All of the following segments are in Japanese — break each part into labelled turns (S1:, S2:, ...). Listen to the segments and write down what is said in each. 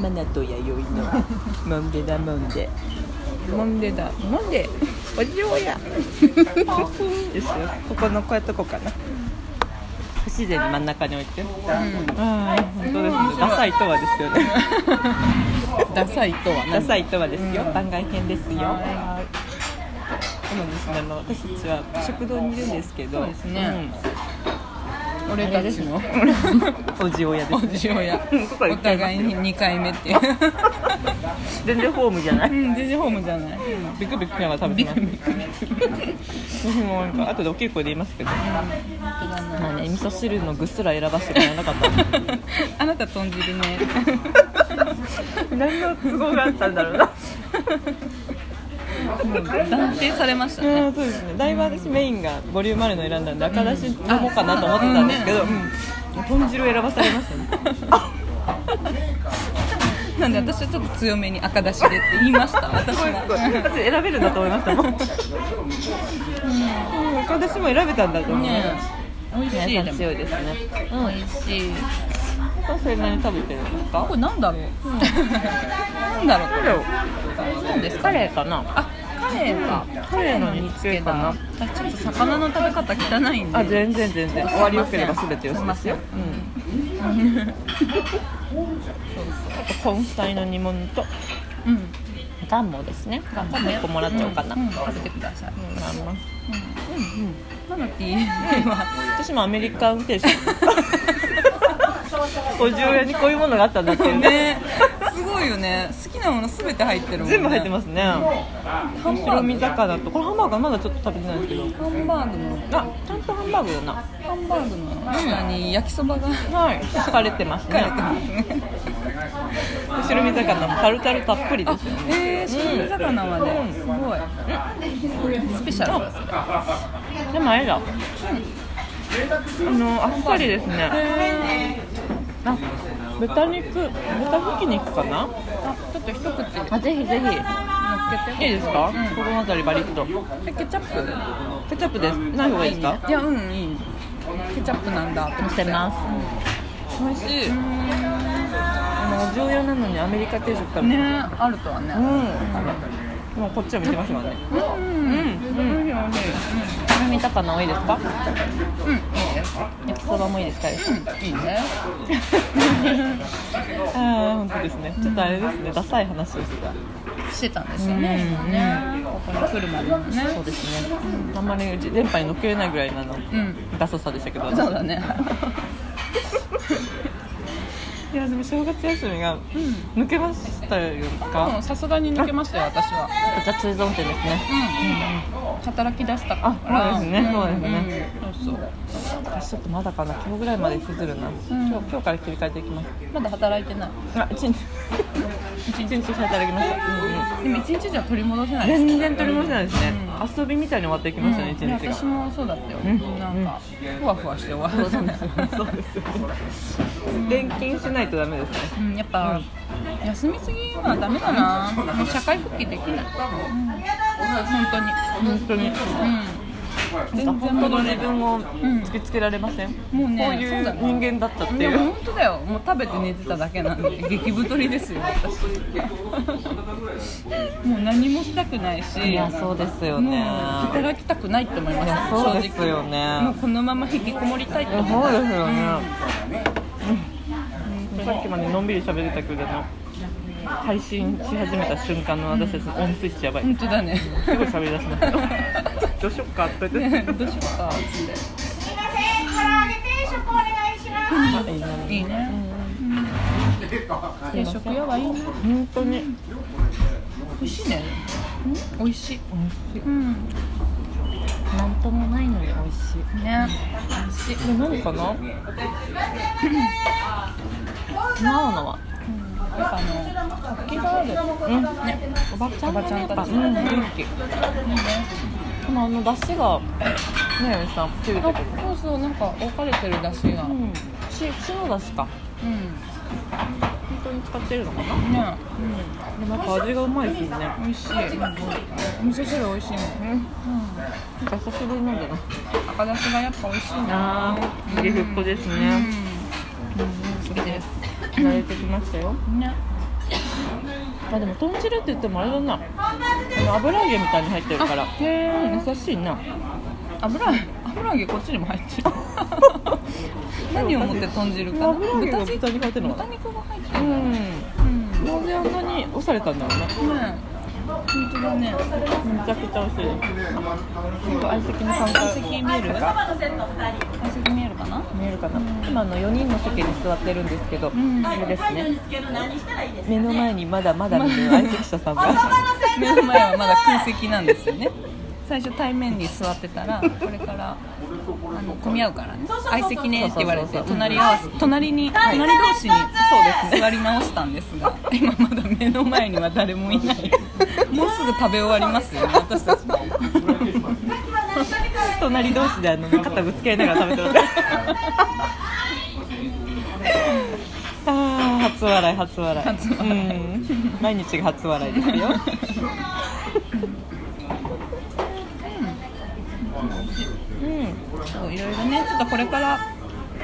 S1: マナと弥生のもんでだもんで
S2: もんでだもんでお嬢や
S1: ですよここのこういうとこかな不自然に真ん中に置いて、ああ本当ですねダサいとはですよね
S2: ダサいとは
S1: ダサ
S2: い
S1: いとはですよ、
S2: うん
S1: 番外編ですよ、
S2: は
S1: そうなんですねあの私たちは食堂にいるんですけど
S2: そうですね俺たちの
S1: うん、おじおやで
S2: お
S1: すね
S2: 嬢や
S1: うんここは
S2: お
S1: 言っちゃいますよ
S2: 互いに2回目っていう
S1: 全然ホームじゃな
S2: う
S1: い
S2: んデジホームじゃない
S1: ビクビクしながら食べてます私もなんか後で大きい声で言いますけど、まあね、味噌汁のぐっすら選ばせてもらえなかった
S2: あなた豚汁ね
S1: 何の都合があったんだろうな
S2: もう断定されましたね
S1: うんそうですねだいぶ私メインがボリュームあるの選んだんで赤だし飲もうかなと思ってたんですけど、
S2: うん
S1: うん豚汁を選ばされましたね
S2: なんで私はちょっと強めに赤だしでって言いました私は
S1: 私選べるんだと思いましたもん、うん、赤だしも選べたんだと思い
S2: ね
S1: ます、
S2: 美味しい
S1: 皆
S2: で
S1: さん
S2: も
S1: 強いですね
S2: うん美味しい
S1: それなりに食べてるんですか
S2: これなんだろうなんだろう何です
S1: カ
S2: か
S1: レーかな
S2: あカレーか
S1: カレーの煮付けかな
S2: だちょっと魚の食べ方汚いんで
S1: あ全然全然終わりよければ全てよしですよ、うん、あと根菜の煮物と
S2: うん
S1: ガンモですねガンモ1個もらっちゃおうかな、
S2: んん食べてください
S1: うんあります
S2: マナティーは
S1: 私もアメリカン定食お重屋にこういうものがあったんだっていうね
S2: ねすごいよね好きなものすべて入ってるもんね
S1: 全部入ってますすね白身魚とこれハンバーガーまだちょっと食べてないんですけ
S2: ハンバーグの
S1: どあちゃんとハンバーグだな
S2: ハンバーグの下に焼きそばが
S1: はい疲れてます
S2: 書い
S1: ね
S2: てますね
S1: 白身魚もタルタルたっぷりですよね
S2: えー、白身魚まで、すごい、スペシャルです
S1: でもあれだあのあっさりですね
S2: え
S1: あ豚肉豚ひき肉かな
S2: あちょっと一口乗っけて
S1: あぜひぜひいいですか、
S2: うん
S1: ここのあたりバリッと
S2: えケチャップ
S1: ケチャップですない方がいいですか
S2: いやうんいいケチャップなんだって
S1: 乗せます
S2: 美味しい
S1: あの重要なのにアメリカ定食食べて
S2: ね
S1: る
S2: あるとはね
S1: うんもうこっちは見てますもんね
S2: うんうんうん
S1: うんうん白身魚多いですか
S2: いいです
S1: 焼きそばもいいですか
S2: うんいいね
S1: ああ本当ですねちょっとあれですねダサい話をしてた
S2: してたんですよね
S1: うん
S2: 今ねここに来るまでのね
S1: そうですねあんまりうち電波に乗っけれないぐらいなの
S2: うん
S1: ダサさでしたけど
S2: そうだね
S1: いやでも正月休みが抜けましたよ
S2: うん
S1: か
S2: さすがに抜けましたよ私は
S1: じゃあ通存店ですね
S2: うん働き出したか
S1: あ
S2: ら
S1: そうですねそうですね
S2: うんそうそう
S1: 私ちょっとまだかな今日ぐらいまで引きずるな今日今日から切り替えていきます
S2: まだ働いてない
S1: あ一日一日働きました、うんうん
S2: でも一日じゃ取り戻せない
S1: 全然取り戻せないですね、遊びみたいに終わっていきましたね、一
S2: うんいや
S1: 日が
S2: 私
S1: そう
S2: もそうだったよ、
S1: ん
S2: なんかふわふわして終わる、
S1: です よね錬金しないとダメですね
S2: うん、やっぱ、休みすぎはダメだなもう社会復帰できない、うん、本当に
S1: 本当になんか本当の自分を突きつけられません、
S2: もうね
S1: こうい
S2: そううだね
S1: 人間だったって
S2: う
S1: い
S2: んで
S1: う
S2: も本当だよもう食べて寝てただけなんで激太りですよ 私もう何もしたくないし
S1: いやそうですよ
S2: もう
S1: ね
S2: 働きたくないって思いま
S1: い
S2: し
S1: や
S2: た
S1: そうですよね
S2: もうこのまま引きこもりたいって
S1: いや
S2: 思
S1: そう
S2: う
S1: ですよね、うんさっきまでのんびり喋ってたけども配信し始めた瞬間の私たちのオンスイッチやばい、
S2: 本当だね
S1: すごい喋り出しましたよ どうしよっかって言って
S2: どうしようかつって
S3: すみません、唐揚げ定食お願いします。
S1: いいない
S2: いね。定食屋はいいね。
S1: 本当に
S2: 美味しいね。美味しい。うん。ね。
S1: なんともないのに美味しい
S2: 美味しい。
S1: で何かななおのは
S2: やっぱあの活気がある。
S1: うんねおばちゃ
S2: お
S1: んだ
S2: ばちゃ
S1: ね
S2: ん
S1: や
S2: た
S1: っぱ
S2: ち
S1: う
S2: の
S1: んで
S2: 雰囲気。いいね。
S1: もあの出汁がねえさんついてく
S2: あ
S1: る
S2: そうそうなんか分かれてるだしが。
S1: う
S2: うん。
S1: んししの出汁か本当に使ってるのかな
S2: ね。
S1: でもやっぱ味がうまいですよね
S2: 美味しい。お味噌汁美味しい
S1: な
S2: もん。
S1: んか久しぶりなんだな
S2: 赤だしがやっぱ美味しいな。
S1: あーリフっ子です
S2: う
S1: ね
S2: ん。好きです。
S1: 慣れてきましたよ
S2: ね。
S1: あでも豚汁って言ってもあれだなあの油揚げみたいに入ってるから
S2: へえ
S1: 優しいな
S2: 油油揚げこっちにも入 ってる何をもって豚汁かな
S1: 油揚げが豚に入ってるのか
S2: 豚
S1: な
S2: 肉が入って
S1: う
S2: る
S1: ん
S2: うんね
S1: なぜあんなに押されたんだろうね
S2: 本当だね
S1: めちゃくちゃ美味しいです相席の参
S2: 相
S1: 加
S2: 席見える相席見えるかな
S1: 見えるかな、今あの4人の席に座ってるんですけど、
S2: ん
S1: あれですね目の前にまだまだ見る相席者さんが
S2: 目の前はまだ空席なんですよね最初対面に座ってたらこれからあの混み合うからね相席ねって言われ
S1: そうそうそ
S2: て
S1: うそう
S2: 隣り合わせ隣に隣同士にそうです座り直したんですが今まだ目の前には誰 もいないもうすぐ食べ終わりますよね私たち
S1: 隣同士であの肩ぶつけながら食べてます あー初笑い初笑い
S2: 初笑
S1: うん、毎日が初笑いです ようん
S2: そういろいろねちょっとこれから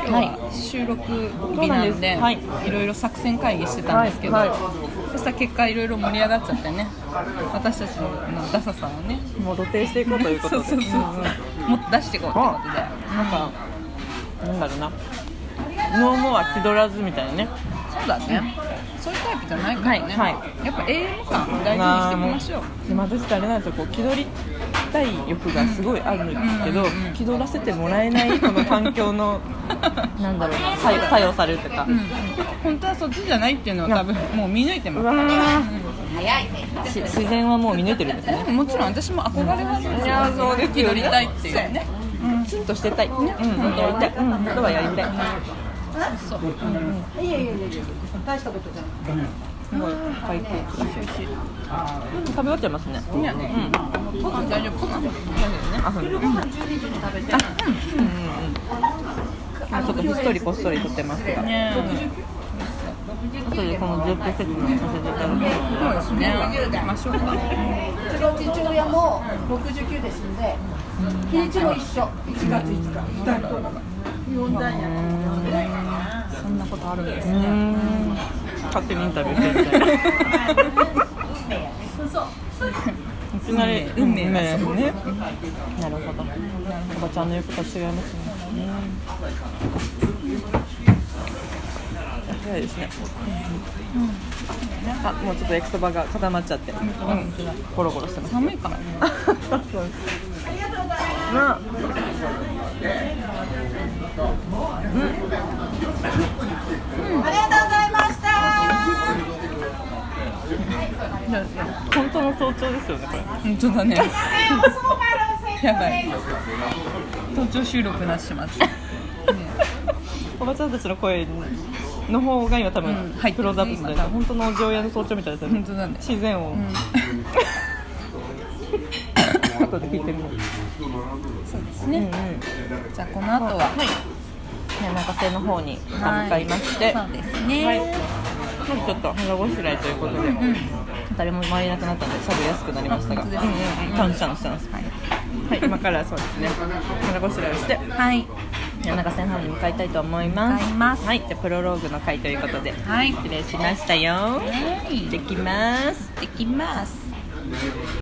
S2: 今日は収録日なんで、
S1: そうなん
S2: い
S1: ですは、
S2: ろいろ作戦会議してたんですけど、
S1: はいは
S2: そしたら結果いろいろ盛り上がっちゃってね私たちのダサさをね
S1: うんもう露呈していこうということで
S2: そうそうそうそうもっと出していこうってことで
S1: なんか、なんだろうなノーモア気取らずみたいなね
S2: そうだね、そういうタイプじゃないからね、
S1: はいは
S2: やっぱ AM 感大事にしていきましょう
S1: でも私ってあれなんですよこう気取りたい欲がすごいあるんですけど、
S2: うんうんうん
S1: 気取らせてもらえないこの環境 のなんだろうな作作用されるとか、
S2: うん、本当はそっちじゃないっていうのは多分もう見抜いて
S1: う
S2: ます
S1: わーし自然はもう見抜いてるんですね
S2: でももちろん私も憧れはあるんですよ、そうです気取りたいっていうね
S1: ツンとしてたい、うん、やりたい、うん、ことはやりたい、
S2: そう
S1: すごいパイケーキうん食べ終わっちゃいますね
S2: いやね、
S1: うん
S2: ポカン大丈夫ポカン大丈夫ね
S1: あ、そううん、うん、うん、うん。あ、ちょっとひっそりこっそり撮ってますが。
S2: ね
S1: 後でこの10分説明させていただきます。
S2: そうですね行きましょうか
S4: うち父親も69ですんで、日にちも一緒、1月5日、二人とも。呼んだんや
S2: そんなことあるんです
S1: うーん。勝手にインタビューしてみたいな。いきなり
S2: 運命
S1: うん
S2: 運命
S1: ですね。なるほど。おばちゃんの欲と違いますね。うん早いですね。あ、もうちょっと焼きそばが固まっちゃって、うん、ゴロゴロしてます。
S2: 寒いからね
S1: な本当の早朝ですよねこれ。
S2: 本当だねやばい
S3: い。
S2: 登場収録なします
S1: おばちゃんたちの声の方が今多分、
S2: うん入っ
S1: ク
S2: てるね
S1: ローズアップされた
S2: 今多分
S1: 本当のお嬢屋の早朝みたいですよね
S2: 本当だね
S1: 自然を、 後で聞いてみよう
S2: ね、
S1: うんうん
S2: じゃあこの後は
S1: はい山かせの方に向かいまして、
S2: そうですね、
S1: はい、なんかちょっと腹ごしらえということで、誰も周りいなくなったのでしゃべりやすくなりましたが、
S2: あ
S1: う
S2: 本
S1: ん
S2: 当
S1: う
S2: で
S1: ん
S2: すね
S1: うん、感謝のしてます。はい、今からそうですね、腹ごしらえをして、
S2: はい
S1: 山中線の方に向かいたいと思います。
S2: 向かいます
S1: はい、じゃあプロローグの回ということで、
S2: はい
S1: 失礼しましたよ。
S2: はい
S1: できます。
S2: できます